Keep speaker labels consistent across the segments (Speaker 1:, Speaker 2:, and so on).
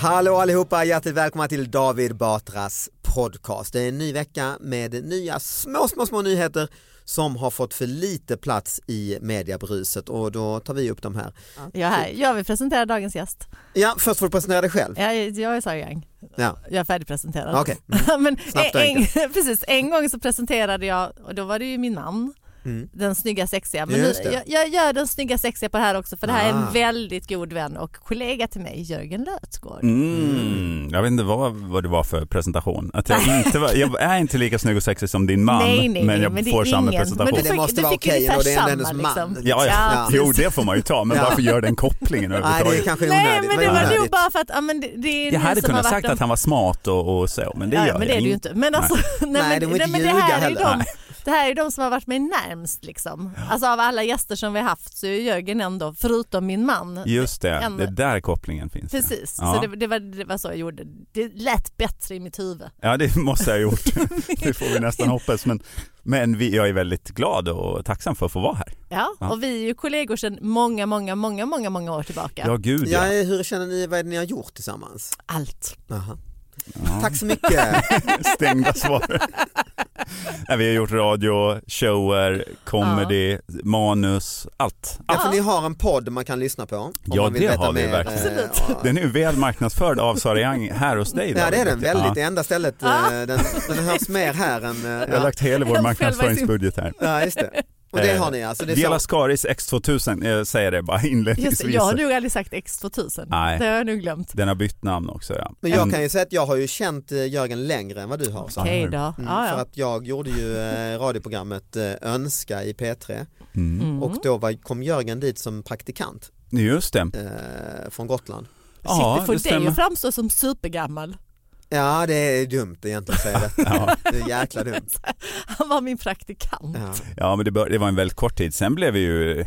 Speaker 1: Hallå allihopa, hjärtligt välkomna till David Batras podcast. Det är en ny vecka med nya små, små, små nyheter som har fått för lite plats i mediabruset och då tar vi upp dem här.
Speaker 2: Jag, är här.
Speaker 1: Typ.
Speaker 2: jag vill presentera dagens gäst.
Speaker 1: Ja, först får du presentera dig själv.
Speaker 2: Jag, är- jag är Sara Young.
Speaker 1: Ja.
Speaker 2: Jag är färdigpresenterad.
Speaker 1: Okej. Mm.
Speaker 2: Men
Speaker 1: Snabbt och
Speaker 2: en, precis, en gång så presenterade jag, och då var det ju min man, den snygga sexiga. Men nu,
Speaker 1: Mm. Just det.
Speaker 2: jag, jag gör den snygga sexiga på det här också för det här är
Speaker 1: Ah.
Speaker 2: en väldigt god vän och kollega till mig, Jörgen Lötgård.
Speaker 3: Mm. Jag vet inte vad, vad det var för presentation. Att jag, inte var, jag är inte lika snygg och sexig som din man,
Speaker 2: Nej, nej,
Speaker 3: men
Speaker 2: nej,
Speaker 3: jag
Speaker 2: men det är
Speaker 3: får samma
Speaker 2: ingen-
Speaker 3: presentation.
Speaker 2: men
Speaker 1: Det
Speaker 2: fick-
Speaker 1: måste
Speaker 2: du
Speaker 1: vara
Speaker 2: fick
Speaker 1: okej
Speaker 2: ungefär
Speaker 1: och det är ändå hennes
Speaker 2: samma,
Speaker 1: man.
Speaker 2: liksom.
Speaker 3: Ja, ja.
Speaker 2: Ja,
Speaker 3: Jo, det får man ju ta, men
Speaker 1: Ja.
Speaker 3: varför gör den kopplingen
Speaker 1: Nej, det är
Speaker 3: överhuvudtaget?
Speaker 1: kanske onödigt.
Speaker 2: Nej men det
Speaker 1: är
Speaker 2: var nog
Speaker 1: onödigt.
Speaker 2: bara för att ja, men det, det är
Speaker 3: Jag
Speaker 2: ni
Speaker 3: hade
Speaker 2: som
Speaker 3: kunnat
Speaker 2: har varit
Speaker 3: sagt
Speaker 2: de-
Speaker 3: att han var smart och, och så, men det
Speaker 2: Ja,
Speaker 3: gör
Speaker 2: men det
Speaker 3: jag
Speaker 2: är det ju inte. Men alltså, nej.
Speaker 1: Nej,
Speaker 2: men,
Speaker 1: de vill inte
Speaker 2: nej, men det
Speaker 1: ljuga
Speaker 2: här är ju
Speaker 1: heller.
Speaker 2: de, det här är de som har varit mig närmst liksom. Alltså av alla gäster som vi har haft så är Jörgen ändå, förutom min man,
Speaker 3: Just det,
Speaker 2: En-
Speaker 3: det är där kopplingen finns. ja.
Speaker 2: precis.
Speaker 3: Ja.
Speaker 2: Så det, det, var, det var så jag gjorde. Det lät bättre i mitt huvud.
Speaker 3: Ja, det måste jag ha gjort. det får vi nästan hoppas. Men, men vi, jag är väldigt glad och tacksam för att få vara här.
Speaker 2: Ja,
Speaker 3: Ja.
Speaker 2: och vi är ju kollegor sedan många, många, många, många, många år tillbaka.
Speaker 3: Ja, gud
Speaker 1: Ja,
Speaker 3: ja.
Speaker 1: hur känner ni, vad är det ni har gjort tillsammans?
Speaker 2: Allt.
Speaker 1: Aha. Tack så mycket.
Speaker 3: Stängda svar. Nej, vi har gjort radio, shower, comedy, manus, allt.
Speaker 1: Ja, för ni har en podd man kan lyssna på. Om
Speaker 3: Ja,
Speaker 1: man vill
Speaker 3: det
Speaker 1: veta
Speaker 3: har vi
Speaker 1: mer,
Speaker 3: verkligen.
Speaker 1: eh, ja.
Speaker 3: Den är ju väl marknadsförd av Sara Young här hos dig.
Speaker 1: Ja det är
Speaker 3: David.
Speaker 1: den väldigt, det
Speaker 3: Ja.
Speaker 1: enda stället eh, den, den hörs mer här än... eh,
Speaker 3: Jag har
Speaker 1: Ja,
Speaker 3: lagt hela vår marknadsföringsbudget här.
Speaker 1: ja just det. Och det
Speaker 3: Eh,
Speaker 1: har ni alltså? Det
Speaker 3: Dela
Speaker 1: är så.
Speaker 3: Skaris X2000, jag säger det bara
Speaker 2: Just,
Speaker 3: inledningsvis.
Speaker 2: det, jag har nog aldrig sagt X2000.
Speaker 3: Nej.
Speaker 2: Det har jag nog glömt.
Speaker 3: Den har bytt namn också ja.
Speaker 1: Men jag kan ju säga att jag har ju känt eh, Jörgen längre än vad du har. Så.
Speaker 2: Okej då. Ja,
Speaker 1: Mm, För
Speaker 2: ja.
Speaker 1: att jag gjorde ju eh, radioprogrammet eh, Önska i P3
Speaker 3: Mm.
Speaker 1: och då var, kom Jörgen dit som praktikant
Speaker 3: Just det.
Speaker 1: eh, från Gotland.
Speaker 2: Shit,
Speaker 3: Ja,
Speaker 2: det
Speaker 3: det
Speaker 2: får dig
Speaker 3: stämmer.
Speaker 2: att framstå som supergammal.
Speaker 1: Ja det är dumt egentligen att säga detta.
Speaker 3: Ja.
Speaker 1: Det är jäkla dumt.
Speaker 2: Han var min praktikant.
Speaker 1: Ja.
Speaker 3: Ja men det, bör, det var en väldigt kort tid, sen blev vi ju eh,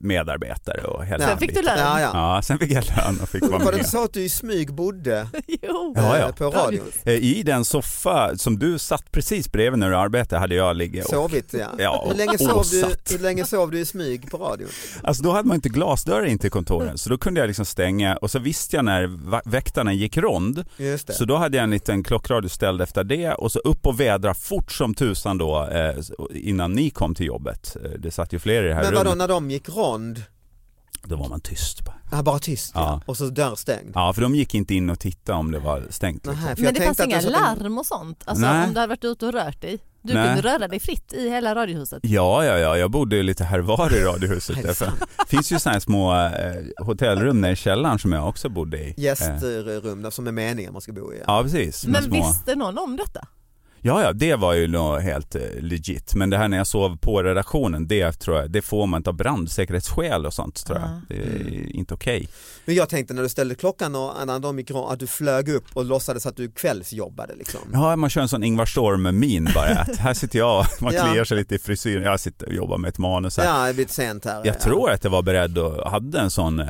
Speaker 3: medarbetare och hela
Speaker 2: Sen
Speaker 3: den
Speaker 2: fick du
Speaker 3: biten.
Speaker 2: lön.
Speaker 1: Ja, ja.
Speaker 3: Ja, sen fick jag lön och fick vara
Speaker 1: Var det
Speaker 3: med.
Speaker 1: inte så att du i smyg bodde
Speaker 2: Jo.
Speaker 3: Ja,
Speaker 1: eh,
Speaker 3: ja.
Speaker 1: på radion?
Speaker 3: Eh, I den soffa som du satt precis bredvid när du arbetade hade jag ligget och
Speaker 1: Sovit ja.
Speaker 3: Ja,
Speaker 1: hur, länge
Speaker 3: och
Speaker 1: sov du,
Speaker 3: åsatt.
Speaker 1: hur länge sov du i smyg på radion?
Speaker 3: Alltså då hade man inte glasdörrar in till kontoren så då kunde jag liksom stänga och så visste jag när va- väktarna gick rond
Speaker 1: Just det.
Speaker 3: så då hade jag en liten klockradio ställd efter det och så upp och vädra fort som tusan då eh, innan ni kom till jobbet. Eh, Det satt ju fler i det här
Speaker 1: Men vadå
Speaker 3: rummet.
Speaker 1: när de gick rond?
Speaker 3: Då var man tyst bara.
Speaker 1: Ja, bara tyst ja.
Speaker 3: Ja.
Speaker 1: och så dörr stängd.
Speaker 3: Ja för de gick inte in och tittade om det var stängt.
Speaker 1: Nähä,
Speaker 3: Liksom.
Speaker 1: för jag
Speaker 2: Men det fanns
Speaker 1: tänkte att
Speaker 2: inga
Speaker 1: du-
Speaker 2: larm och sånt? Alltså
Speaker 3: Nej.
Speaker 2: om du hade varit ute och rört dig? Du
Speaker 3: Nej.
Speaker 2: kunde röra dig fritt i hela radiohuset?
Speaker 3: Ja, ja, ja, jag bodde ju lite här var i radiohuset. därför. Det finns ju sådana här små eh, hotellrum nere i källaren som jag också bodde i. Eh,
Speaker 1: Gästrum där som är meningen man ska bo i. Ja.
Speaker 3: Ja, precis. med
Speaker 2: Men
Speaker 3: små...
Speaker 2: visste någon om detta?
Speaker 3: Ja, ja, det var ju nog helt eh, legit. Men det här när jag sov på redaktionen, det tror jag, det får man inte av brandsäkerhetsskäl och sånt tror jag.
Speaker 1: Ah.
Speaker 2: Ja.
Speaker 3: Det är
Speaker 1: Mm.
Speaker 3: inte okej.
Speaker 1: Men jag tänkte när du ställde klockan och annan dag i gran att du flög upp och låtsades att du kvällsjobbade liksom.
Speaker 3: Ja, man kör en sån Ingvar Storm-min bara. Att här sitter jag, man
Speaker 1: Ja.
Speaker 3: kliar sig lite i frisyren, jag sitter och jobbar med ett manus här.
Speaker 1: Ja, det blir sent här.
Speaker 3: Jag tror att jag var beredd och hade en sån eh,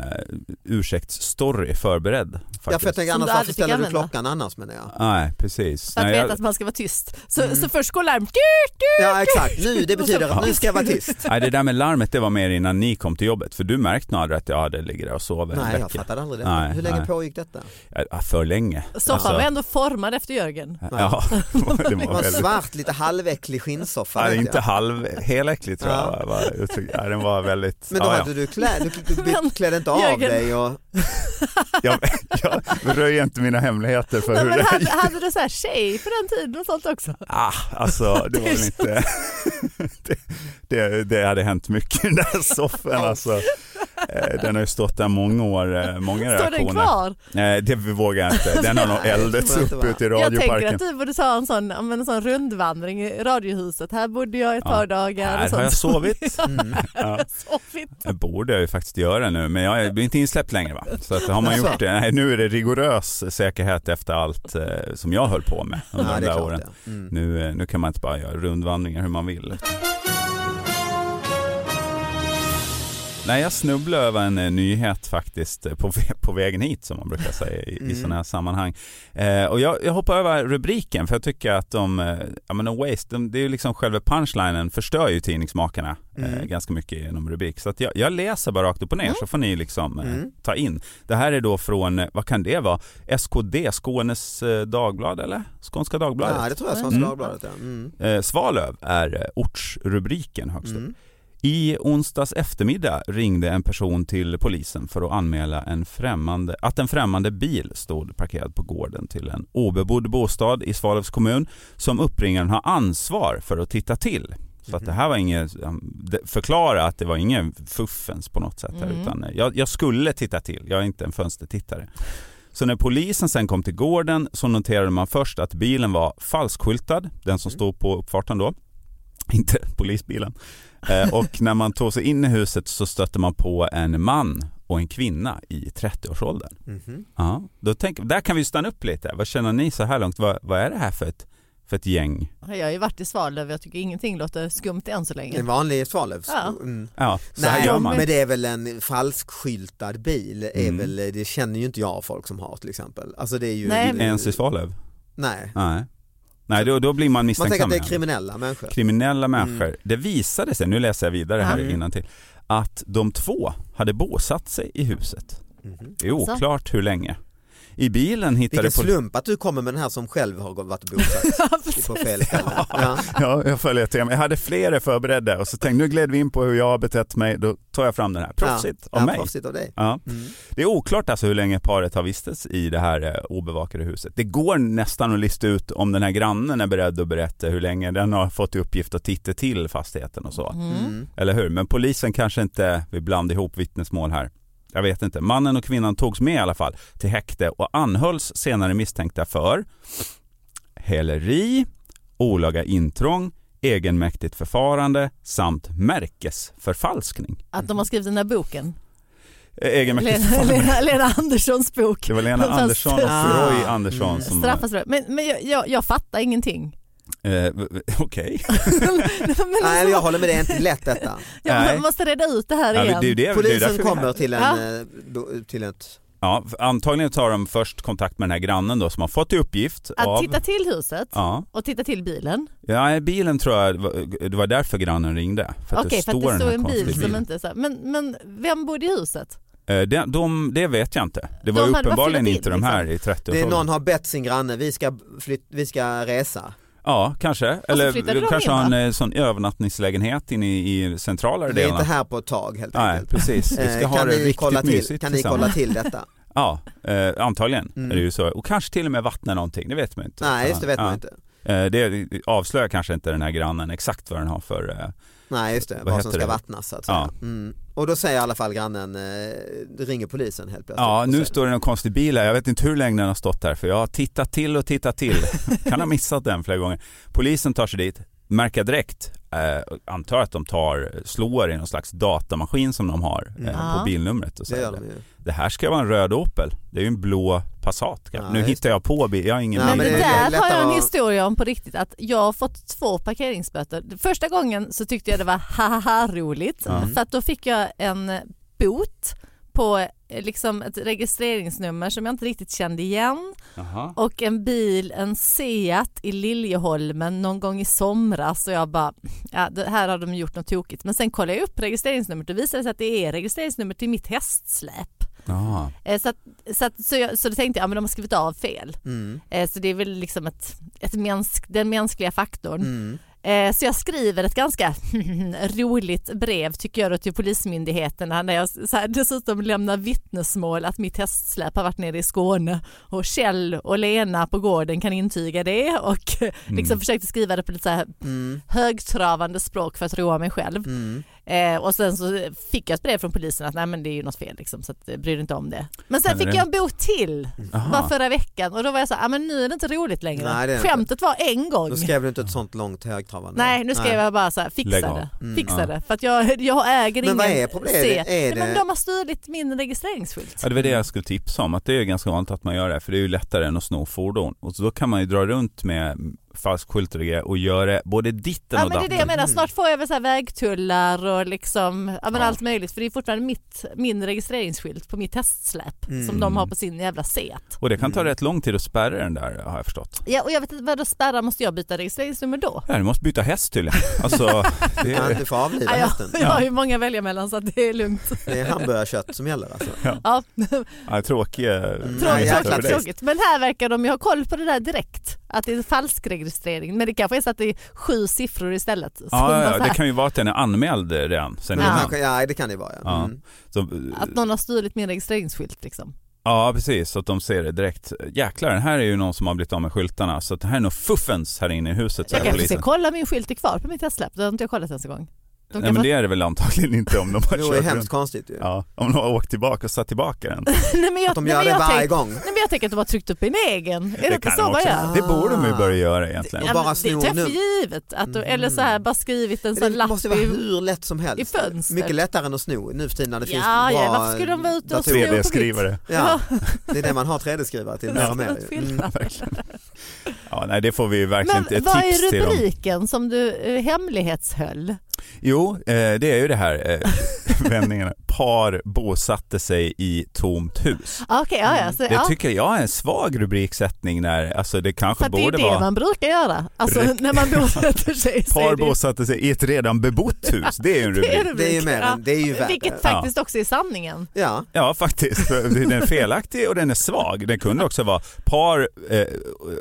Speaker 3: ursäktsstory förberedd.
Speaker 1: Ja, för jag
Speaker 3: Faktiskt.
Speaker 1: tänker
Speaker 2: Som
Speaker 1: annars
Speaker 2: du
Speaker 1: varför
Speaker 2: aldrig fick
Speaker 1: ställer du
Speaker 2: använda.
Speaker 1: klockan annars menar jag.
Speaker 3: Nej, precis.
Speaker 2: För att
Speaker 3: Nej,
Speaker 2: veta
Speaker 3: jag- Mm.
Speaker 2: att man ska vara tyst. Så, så först går larmet. Dyrt, dyrt.
Speaker 1: Ja exakt, nu, det betyder att nu ska jag vara tyst.
Speaker 3: Nej, det där med larmet det var mer innan ni kom till jobbet. För du märkte nog aldrig att jag hade ligger där och sover en
Speaker 1: Nej jag
Speaker 3: vecka.
Speaker 1: fattade aldrig det.
Speaker 3: Nej,
Speaker 1: Hur länge
Speaker 3: nej.
Speaker 1: pågick detta?
Speaker 3: Ja, För länge.
Speaker 2: Soffan
Speaker 3: Alltså.
Speaker 2: var ändå formad efter Jörgen.
Speaker 3: Ja, det
Speaker 1: Det
Speaker 3: var
Speaker 1: var en
Speaker 3: väldigt...
Speaker 1: svart, lite halväcklig skinnsoffa.
Speaker 3: Nej,
Speaker 1: vet
Speaker 3: inte
Speaker 1: jag.
Speaker 3: halv, heläcklig tror
Speaker 1: Ja.
Speaker 3: jag. Var, uttryck- Nej, den var väldigt...
Speaker 1: Men då
Speaker 3: ja, ja.
Speaker 1: hade du kläder, du, du, du
Speaker 2: Men,
Speaker 1: klädde inte av
Speaker 2: Jörgen.
Speaker 1: dig och...
Speaker 3: jag, jag röjer inte mina hemligheter för
Speaker 2: Nej,
Speaker 3: hur
Speaker 2: men
Speaker 3: det
Speaker 2: hade, hade du så här tjej på den tiden och sånt också?
Speaker 3: Ah, alltså det var väl inte... det, det, det hade hänt mycket i den där soffan alltså. Eh, Den har ju stått där många år, eh, många
Speaker 2: Står den kvar?
Speaker 3: Nej, det vågar jag inte. Den har nog
Speaker 1: Nej, det
Speaker 3: eldats
Speaker 1: tror jag inte,
Speaker 3: upp
Speaker 1: va?
Speaker 3: ute i
Speaker 2: Jag tänker
Speaker 3: radioparken.
Speaker 2: att du borde ta en sån, ja, men en sån rundvandring i radiohuset. Här bodde jag ett
Speaker 3: Ja.
Speaker 2: par dagar. och
Speaker 3: Här
Speaker 2: sånt.
Speaker 3: har jag sovit.
Speaker 1: Mm.
Speaker 3: Ja.
Speaker 2: Sovit.
Speaker 3: Det borde jag ju faktiskt göra nu, men jag blir inte insläppt längre va? Så att, har man
Speaker 1: Alltså.
Speaker 3: gjort det, nej, nu är det rigorös säkerhet efter allt eh, som jag höll på med under
Speaker 1: Ja,
Speaker 3: de
Speaker 1: det är
Speaker 3: där
Speaker 1: klart
Speaker 3: åren.
Speaker 1: ja. Mm.
Speaker 3: Nu, eh, nu kan man inte bara göra rundvandringar hur man vill. Nej, jag snubblade över en eh, nyhet faktiskt eh, på, vä- på vägen hit som man brukar säga i, i
Speaker 1: Mm.
Speaker 3: sådana här sammanhang. Eh, och jag, jag hoppar över rubriken för jag tycker att de, eh, ja men no waste, de, det är ju liksom själva punchlinen förstör ju tidningsmakarna eh,
Speaker 1: Mm.
Speaker 3: ganska mycket genom rubrik. Så att jag, jag läser bara rakt upp och ner så får ni liksom eh,
Speaker 1: Mm.
Speaker 3: ta in. Det här är då från, eh, vad kan det vara, SKD, Skånes eh, Dagblad eller? Skånska Dagbladet?
Speaker 1: Ja det tror jag, Skånska
Speaker 3: Mm.
Speaker 1: Dagbladet ja. Mm.
Speaker 3: Eh, Svalöv är eh, ortsrubriken högst upp.
Speaker 1: Mm.
Speaker 3: I onsdags eftermiddag ringde en person till polisen för att anmäla en främmande, att en främmande bil stod parkerad på gården till en obebodd bostad i Svalövs kommun som uppringaren har ansvar för att titta till. Så att det här var ingen, förklara att det var ingen fuffens på något sätt. Här,
Speaker 2: Mm.
Speaker 3: utan eh, jag, jag skulle titta till, jag är inte en fönstertittare. Så när polisen sen kom till gården så noterade man först att bilen var falskskyltad, den
Speaker 1: Mm.
Speaker 3: som stod på uppfarten då. Inte polisbilen. Eh, och när man tog sig in i huset så stötte man på en man och en kvinna i 30-årsåldern.
Speaker 1: Mhm.
Speaker 3: Ja, då tänk, där kan vi stanna upp lite. Vad känner ni så här långt? Vad, vad är det här för ett, för ett gäng?
Speaker 2: Jag har ju varit i Svalöv, jag tycker ingenting låter skumt än så länge.
Speaker 1: En vanlig Svalövs.
Speaker 2: Ja.
Speaker 1: Mm.
Speaker 3: Ja, så här
Speaker 1: Nej,
Speaker 3: gör man.
Speaker 1: men det är väl en falskskyltad bil, är
Speaker 3: Mm.
Speaker 1: väl, det känner ju inte jag folk som har till exempel. Alltså det är ju...
Speaker 2: Nej, men-
Speaker 3: Ens i Svalöv?
Speaker 1: Nej.
Speaker 3: Nej. Nej, då, då blir man
Speaker 1: Man
Speaker 3: misstänksam.
Speaker 1: tänker att det är
Speaker 3: igen.
Speaker 1: kriminella människor.
Speaker 3: kriminella människor. Det visade sig, nu läser jag vidare här
Speaker 1: Typ. Mm.
Speaker 3: innantill, att de två hade bosatt sig i huset.
Speaker 1: Mhm.
Speaker 3: Det är oklart hur länge. I bilen hittade
Speaker 1: Vilken
Speaker 3: polisen...
Speaker 1: slump att du kommer med den här som själv har varit och bosatt
Speaker 2: Ja,
Speaker 1: på
Speaker 2: precis.
Speaker 1: fel ställe. Ja.
Speaker 3: Ja, jag följer ett tema. Jag hade flera förberedda och så tänkte nu gled vi in på hur jag har betett mig. Då tar jag fram den här. Proffsigt
Speaker 1: ja.
Speaker 3: av
Speaker 1: ja,
Speaker 3: mig.
Speaker 1: Proffsigt av dig.
Speaker 3: Ja.
Speaker 1: Mm.
Speaker 3: Det är oklart alltså hur länge paret har vistats i det här eh, obevakade huset. Det går nästan att lista ut om den här grannen är beredd att berätta hur länge den har fått i uppgift att titta till fastigheten och så.
Speaker 1: Mm.
Speaker 3: Eller hur? Men polisen kanske inte vill blanda ihop vittnesmål här. Jag vet inte. Mannen och kvinnan togs med i alla fall till häkte och anhölls senare misstänkta för häleri, olaga intrång, egenmäktigt förfarande samt märkesförfalskning.
Speaker 2: Att de har skrivit den här boken.
Speaker 3: Eh, Egenmäktigt
Speaker 2: Lena,
Speaker 3: förfarande.
Speaker 2: Lena, Lena Anderssons bok.
Speaker 3: Det var Lena
Speaker 2: Den fanns-
Speaker 3: Andersson och
Speaker 1: Ah.
Speaker 3: Roy Andersson
Speaker 1: Mm.
Speaker 3: som...
Speaker 2: Straffas för det. Men, men jag, jag, jag fattar ingenting.
Speaker 3: Eh, v- v- Okej.
Speaker 2: Nej, men
Speaker 1: Nej, men
Speaker 2: alltså,
Speaker 1: jag håller med, det är inte lätt detta.
Speaker 2: jag
Speaker 3: Nej.
Speaker 2: måste reda ut det här
Speaker 3: Ja, det-
Speaker 2: igen.
Speaker 3: det är ju det- det är därför
Speaker 1: Polisen
Speaker 3: vi är här.
Speaker 1: kommer till, en,
Speaker 2: Ja.
Speaker 1: eh, bo- till ett...
Speaker 3: Ja, antagligen tar de först kontakt med den här grannen då som har fått i uppgift av...
Speaker 2: Att titta till huset
Speaker 3: Ja.
Speaker 2: och titta till bilen.
Speaker 3: ja, bilen tror jag, det var därför grannen ringde. För att
Speaker 2: Okej,
Speaker 3: det
Speaker 2: för
Speaker 3: står
Speaker 2: att det
Speaker 3: den
Speaker 2: stod
Speaker 3: här
Speaker 2: en bil
Speaker 3: konstiga
Speaker 2: som
Speaker 3: bilen.
Speaker 2: inte är så här. Men, men vem bodde i huset?
Speaker 3: Eh, det, de, det vet jag inte. Det
Speaker 2: De
Speaker 3: var ju
Speaker 2: hade bara
Speaker 3: uppenbarligen
Speaker 2: fyllt in,
Speaker 3: inte de här i
Speaker 2: liksom?
Speaker 3: 30
Speaker 1: Det är någon har bett sin granne, vi ska, flyt, vi ska resa.
Speaker 3: Ja, kanske.
Speaker 2: flyttade de
Speaker 3: Eller kanske
Speaker 2: in,
Speaker 3: har en
Speaker 2: va?
Speaker 3: eh, sån övernattningslägenhet inne i, i centralare
Speaker 1: Vi är
Speaker 3: delarna.
Speaker 1: inte här på ett tag helt
Speaker 3: Nej,
Speaker 1: enkelt.
Speaker 3: precis. Vi ska
Speaker 1: Eh,
Speaker 3: ha
Speaker 1: kan
Speaker 3: det
Speaker 1: ni
Speaker 3: riktigt
Speaker 1: kolla till,
Speaker 3: mysigt
Speaker 1: Kan ni
Speaker 3: tillsammans.
Speaker 1: kolla till detta?
Speaker 3: Ja, eh, antagligen
Speaker 1: Mm.
Speaker 3: är det ju så. Och kanske till och med vattna någonting, det vet man ju inte.
Speaker 1: Nej, just det vet
Speaker 3: ja.
Speaker 1: man inte.
Speaker 3: Eh, Det avslöjar kanske inte den här grannen exakt vad den har för eh,
Speaker 1: Nej just det,
Speaker 3: Vad
Speaker 1: vad
Speaker 3: heter
Speaker 1: som ska
Speaker 3: det?
Speaker 1: vattnas så att
Speaker 3: Ja.
Speaker 1: säga. Mm. Och då säger i alla fall grannen, eh, det ringer polisen helt plötsligt.
Speaker 3: Ja,
Speaker 1: Och
Speaker 3: nu
Speaker 1: säger-
Speaker 3: står det någon konstig bil här. Jag vet inte hur länge den har stått här för jag har tittat till och tittat till. Kan ha missat den flera gånger. Polisen tar sig dit, märker direkt, eh, antar att de tar, slår i någon slags datamaskin som de har eh,
Speaker 2: Ja.
Speaker 3: på bilnumret och
Speaker 1: Mm. det
Speaker 3: säger
Speaker 1: gör
Speaker 3: det,
Speaker 1: de ju.
Speaker 3: här ska vara en röd Opel. Det är ju en blå Passat.
Speaker 1: Ja,
Speaker 3: nu
Speaker 1: just
Speaker 3: hittar jag på bil, jag har ingen
Speaker 1: Ja,
Speaker 2: men
Speaker 3: bil.
Speaker 2: det,
Speaker 1: det är
Speaker 2: där
Speaker 1: lätt
Speaker 2: har jag
Speaker 1: att
Speaker 2: en
Speaker 1: vara-
Speaker 2: historia om på riktigt. Att jag har fått två parkeringsböter. Första gången så tyckte jag det var haha roligt. För att då fick jag en bot på eh, liksom ett registreringsnummer som jag inte riktigt kände igen.
Speaker 3: Jaha.
Speaker 2: Och en bil, en Seat i Liljeholmen någon gång i somras och jag bara, ja, det här har de gjort något tokigt. Men sen kollade jag upp registreringsnumret och visade det sig att det är registreringsnummer till mitt hästsläp.
Speaker 3: Ja.
Speaker 2: Eh, Så, att, så, att, så, jag, så då tänkte jag, ja, men de har skrivit av fel.
Speaker 1: Mm.
Speaker 2: Eh, Så det är väl liksom ett, ett mänsk, den mänskliga faktorn.
Speaker 1: Mm.
Speaker 2: Eh, Så jag skriver ett ganska roligt brev tycker jag då till Polismyndigheten där jag så här, dessutom lämnar vittnesmål att mitt hästsläp har varit nere i Skåne och Kjell och Lena på gården kan intyga det och liksom försökte skriva det på lite så här
Speaker 1: Mm.
Speaker 2: högtravande språk för att roa mig själv.
Speaker 1: Mm.
Speaker 2: Eh, och sen så fick jag ett brev från polisen att nej men det är ju något fel liksom så att eh, bry dig inte om det. Men sen
Speaker 3: Men är
Speaker 2: fick
Speaker 3: det-
Speaker 2: jag en bok till
Speaker 3: Aha.
Speaker 2: var förra veckan och då var jag så här, "Ah, men nu är det inte roligt längre.
Speaker 1: Mm. Nej, det är det inte.
Speaker 2: Skämtet var en gång.
Speaker 1: Då skrev du inte ett sånt långt högtravande.
Speaker 2: Nej nu skrev jag bara så här, fixa
Speaker 3: Lägg av.
Speaker 2: det.
Speaker 1: Mm,
Speaker 2: fixa
Speaker 3: ja.
Speaker 2: det. För att jag, jag äger
Speaker 1: Men
Speaker 2: ingen
Speaker 1: vad är problemet?
Speaker 2: C.
Speaker 1: Är
Speaker 2: Nej,
Speaker 1: det-
Speaker 2: men de har stulit min registreringsskylt.
Speaker 3: Ja, det var det jag skulle tipsa om, att det är ganska vanligt att man gör det, här, för det är ju lättare än att sno fordon. Och så då kan man ju dra runt med falsk skylt och grejer och göra både ditten
Speaker 2: Ja
Speaker 3: och
Speaker 2: men det är det
Speaker 3: datten.
Speaker 2: jag menar, snart får jag väl så
Speaker 1: Mm.
Speaker 2: här vägtullar och liksom, ja, men
Speaker 3: Ja.
Speaker 2: allt möjligt för det är fortfarande mitt, min registreringsskylt på mitt hästsläp
Speaker 1: Mm.
Speaker 2: som de har på sin jävla Seat.
Speaker 3: Och det kan ta rätt lång tid att spärra den där har jag förstått.
Speaker 2: Ja, och jag vet inte, vadå spärrar måste jag byta registreringsnummer då?
Speaker 3: Ja, du måste byta häst tydligen. Alltså, det
Speaker 1: Kan
Speaker 3: är,
Speaker 1: du få avliva
Speaker 2: Ja, jag,
Speaker 1: hästen?
Speaker 2: jag har ju många att välja mellan så att det är lugnt.
Speaker 1: Det är hamburgarkött som gäller alltså.
Speaker 2: Ja,
Speaker 3: ja, tråkig, eh,
Speaker 1: Mm, Nej,
Speaker 2: tråkigt,
Speaker 3: nyhet
Speaker 1: jäklar,
Speaker 2: tråkigt,
Speaker 3: över dig.
Speaker 2: tråkigt. Men här verkar de ju ha koll på det där direkt. Att det är falsk registrering. Men det kanske är så att det är sju siffror istället. Så
Speaker 3: Ja, ja,
Speaker 2: så
Speaker 3: ja,
Speaker 2: här,
Speaker 3: det kan ju vara att den är anmäld redan sen
Speaker 1: Men
Speaker 2: Ja.
Speaker 1: ja.
Speaker 3: innan.
Speaker 1: Kanske, ja det kan det vara ja.
Speaker 3: Ja.
Speaker 1: Mm.
Speaker 3: Så,
Speaker 2: Att någon har stulit min registreringsskylt liksom.
Speaker 3: ja, precis. Så att de ser det direkt. Jäklar, den här är ju någon som har blivit av med skyltarna. Så att det här är nog fuffens här inne i huset,
Speaker 2: Jag
Speaker 3: säger
Speaker 2: kanske ska
Speaker 3: polisen.
Speaker 2: kolla om min skylt är kvar på mitt hästsläp. Det har inte jag kollat ens en gång. De
Speaker 3: Nej,
Speaker 2: kan
Speaker 3: men
Speaker 2: få-
Speaker 3: det är det väl antagligen inte om de har
Speaker 1: Det vore ju
Speaker 3: kört
Speaker 1: hemskt
Speaker 3: runt.
Speaker 1: konstigt ju.
Speaker 3: Ja, om de har åkt tillbaka och satt tillbaka den.
Speaker 2: Nej, men jag,
Speaker 1: Att de
Speaker 2: nej,
Speaker 1: gör
Speaker 2: men
Speaker 1: det
Speaker 2: jag
Speaker 1: varje
Speaker 2: tänk-
Speaker 1: gång.
Speaker 2: Nej, men jag tänker att de har tryckt upp en egen. Är det, inte så Ah.
Speaker 3: de
Speaker 2: man
Speaker 3: också.
Speaker 2: gör?
Speaker 3: Det borde de ju börja göra egentligen.
Speaker 1: Och bara
Speaker 2: men det
Speaker 1: sno
Speaker 2: är
Speaker 1: nu. Mm-hmm.
Speaker 2: för givet. Att de, Eller så här bara skrivit en sån
Speaker 1: Det
Speaker 2: lapp.
Speaker 1: måste vara
Speaker 2: i-
Speaker 1: hur lätt som helst.
Speaker 2: i fönstret.
Speaker 1: Mycket lättare än att sno nu för tiden när det finns
Speaker 2: Ja, ja,
Speaker 1: bra
Speaker 2: varför skulle de vara ute och
Speaker 1: datorer.
Speaker 2: sno?
Speaker 3: 3D-skrivare.
Speaker 1: Ja, det är det man har 3D-skrivare till mer och mer. ju. Mm.
Speaker 2: Skyltar.
Speaker 3: Ja, nej, det får vi ju verkligen
Speaker 2: Men
Speaker 3: inte. Ett
Speaker 2: vad
Speaker 3: tips
Speaker 2: är
Speaker 3: till dem.
Speaker 2: rubriken som du eh, hemlighetshöll?
Speaker 3: Jo, eh, det är ju det här eh, vändningarna. Par bosatte sig i tomt hus.
Speaker 2: Ah, Okej, ja, ja. Så,
Speaker 3: Mm, Det
Speaker 2: ja.
Speaker 3: tycker jag är en svag rubriksättning när, alltså det
Speaker 2: För
Speaker 3: kanske
Speaker 2: att det är
Speaker 3: borde
Speaker 2: det
Speaker 3: vara
Speaker 2: man brukar göra. Alltså
Speaker 3: Rek-
Speaker 2: när man bosätter sig. så är
Speaker 3: par
Speaker 2: det ju-
Speaker 3: bosatte sig i ett redan bebott hus. Det är ju en
Speaker 2: det är
Speaker 3: rubrik.
Speaker 2: rubrik.
Speaker 1: Det är ju med den, det är ju
Speaker 2: Ja.
Speaker 1: värre.
Speaker 2: Vilket faktiskt också är sanningen.
Speaker 1: Ja,
Speaker 3: Ja, faktiskt. För Den är felaktig och den är svag. Den kunde också vara par eh,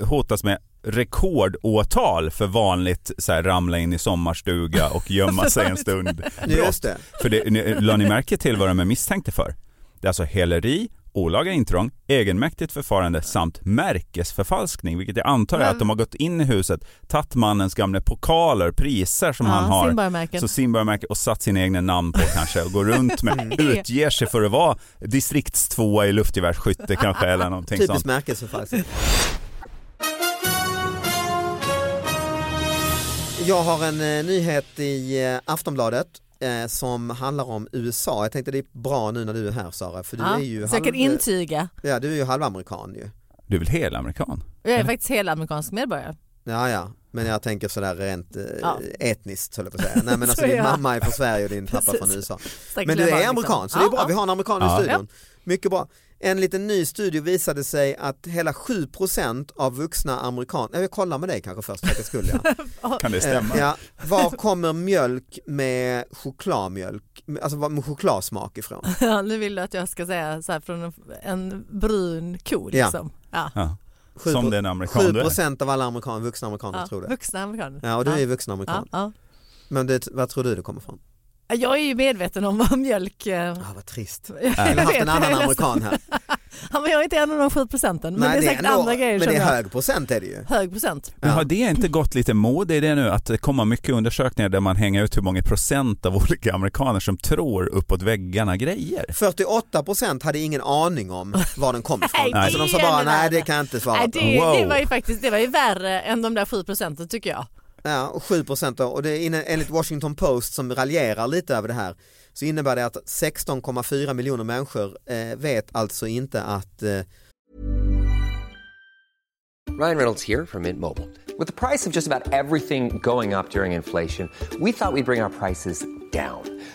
Speaker 3: hotas med rekordåtal för vanligt så här, ramla in i sommarstuga och gömma sig en stund.
Speaker 1: just det.
Speaker 3: För det, ni- la ni märke till vad de är misstänkta för? Det är alltså häleri, olaga intrång, egenmäktigt förfarande samt märkesförfalskning. Vilket jag antar är att de har gått in i huset, tagit mannens gamla pokaler, priser som
Speaker 2: Ja,
Speaker 3: han har.
Speaker 2: simborgarmärken.
Speaker 3: Så simborgarmärken och satt sina egna namn på kanske och går runt med,
Speaker 1: Mm.
Speaker 3: utger sig för att vara distriktstvåa i luftgevärsskytte kanske eller någonting
Speaker 1: Typiskt
Speaker 3: sånt.
Speaker 1: märkesförfalskning. Jag har en eh, nyhet i eh, Aftonbladet eh, som handlar om USA. Jag tänkte det är bra nu när du är här Sara, för du
Speaker 2: Ja.
Speaker 1: är ju
Speaker 2: Så jag kan intyga.
Speaker 1: ja, du är ju halvamerikan ju.
Speaker 3: Du är väl helamerikan?
Speaker 2: Jag är faktiskt helamerikansk medborgare.
Speaker 1: Ja, ja, men jag tänker sådär rent eh,
Speaker 2: Ja.
Speaker 1: etniskt höll jag på att säga. Nej men alltså
Speaker 2: Så
Speaker 1: din
Speaker 2: ja.
Speaker 1: mamma är från Sverige och din pappa
Speaker 2: Precis.
Speaker 1: från USA.
Speaker 2: Stackars
Speaker 1: Men du
Speaker 2: lilla
Speaker 1: är
Speaker 2: barn,
Speaker 1: amerikan, så
Speaker 2: liksom.
Speaker 1: det är bra.
Speaker 2: Ja,
Speaker 1: Vi har en amerikan
Speaker 3: Ja.
Speaker 1: i studion. Mycket bra. En liten ny studie visade sig att hela 7% av vuxna amerikaner, jag kollar med dig kanske först för att jag skulle. Ja.
Speaker 3: Kan det stämma?
Speaker 1: Eh, Ja. Var kommer mjölk med chokladmjölk, alltså vad- med chokladsmak ifrån?
Speaker 2: ja. nu vill du att jag ska säga så här från en, en brun ko
Speaker 1: Ja.
Speaker 2: liksom. Ja.
Speaker 3: Ja.
Speaker 1: Sju
Speaker 3: Som
Speaker 1: pro-
Speaker 3: den amerikan du är.
Speaker 1: 7% av alla amerikaner, vuxna amerikaner tror det.
Speaker 2: Vuxna amerikaner.
Speaker 1: Ja och du är ju vuxen
Speaker 2: ja.
Speaker 1: amerikan.
Speaker 2: Ja.
Speaker 1: Men det, vad tror du det kommer ifrån?
Speaker 2: Ja. Jag är ju medvärd om vad mjölk... eh,
Speaker 1: Ah, vad trist.
Speaker 2: Jag
Speaker 1: Vi har haft
Speaker 2: vet,
Speaker 1: en
Speaker 2: jag är
Speaker 1: annan
Speaker 2: ledsen.
Speaker 1: amerikan här.
Speaker 2: Han var jag är inte en av de 7 procenten. Men det är säkert
Speaker 1: ändå-
Speaker 2: andra grejer
Speaker 1: Men det
Speaker 2: som
Speaker 1: är
Speaker 2: jag...
Speaker 1: hög procent är det ju.
Speaker 2: Hög procent.
Speaker 3: Men har det inte gått lite mode i det nu att det kommer mycket undersökningar där man hänger ut hur många procent av olika amerikaner som tror uppåt väggarna grejer?
Speaker 1: 48 procent hade ingen aning om var den kom ifrån.
Speaker 2: Nej,
Speaker 1: så
Speaker 2: det
Speaker 1: de sa
Speaker 2: är
Speaker 1: bara
Speaker 2: ännu
Speaker 1: nej
Speaker 2: värre."
Speaker 1: det kan jag inte svara
Speaker 2: Nej,
Speaker 1: på.
Speaker 2: det, det
Speaker 3: Wow.
Speaker 2: var ju faktiskt det var ju värre än de där 7 procenten tycker jag.
Speaker 1: Ja, och 7 procent då. och det är inne- enligt Washington Post som raljerar lite över det här så innebär det att 16,4 miljoner människor eh, vet alltså inte att eh,
Speaker 4: Ryan Reynolds here from Mint Mobile. With the price of just about everything going up during inflation, we thought we'd bring our prices down.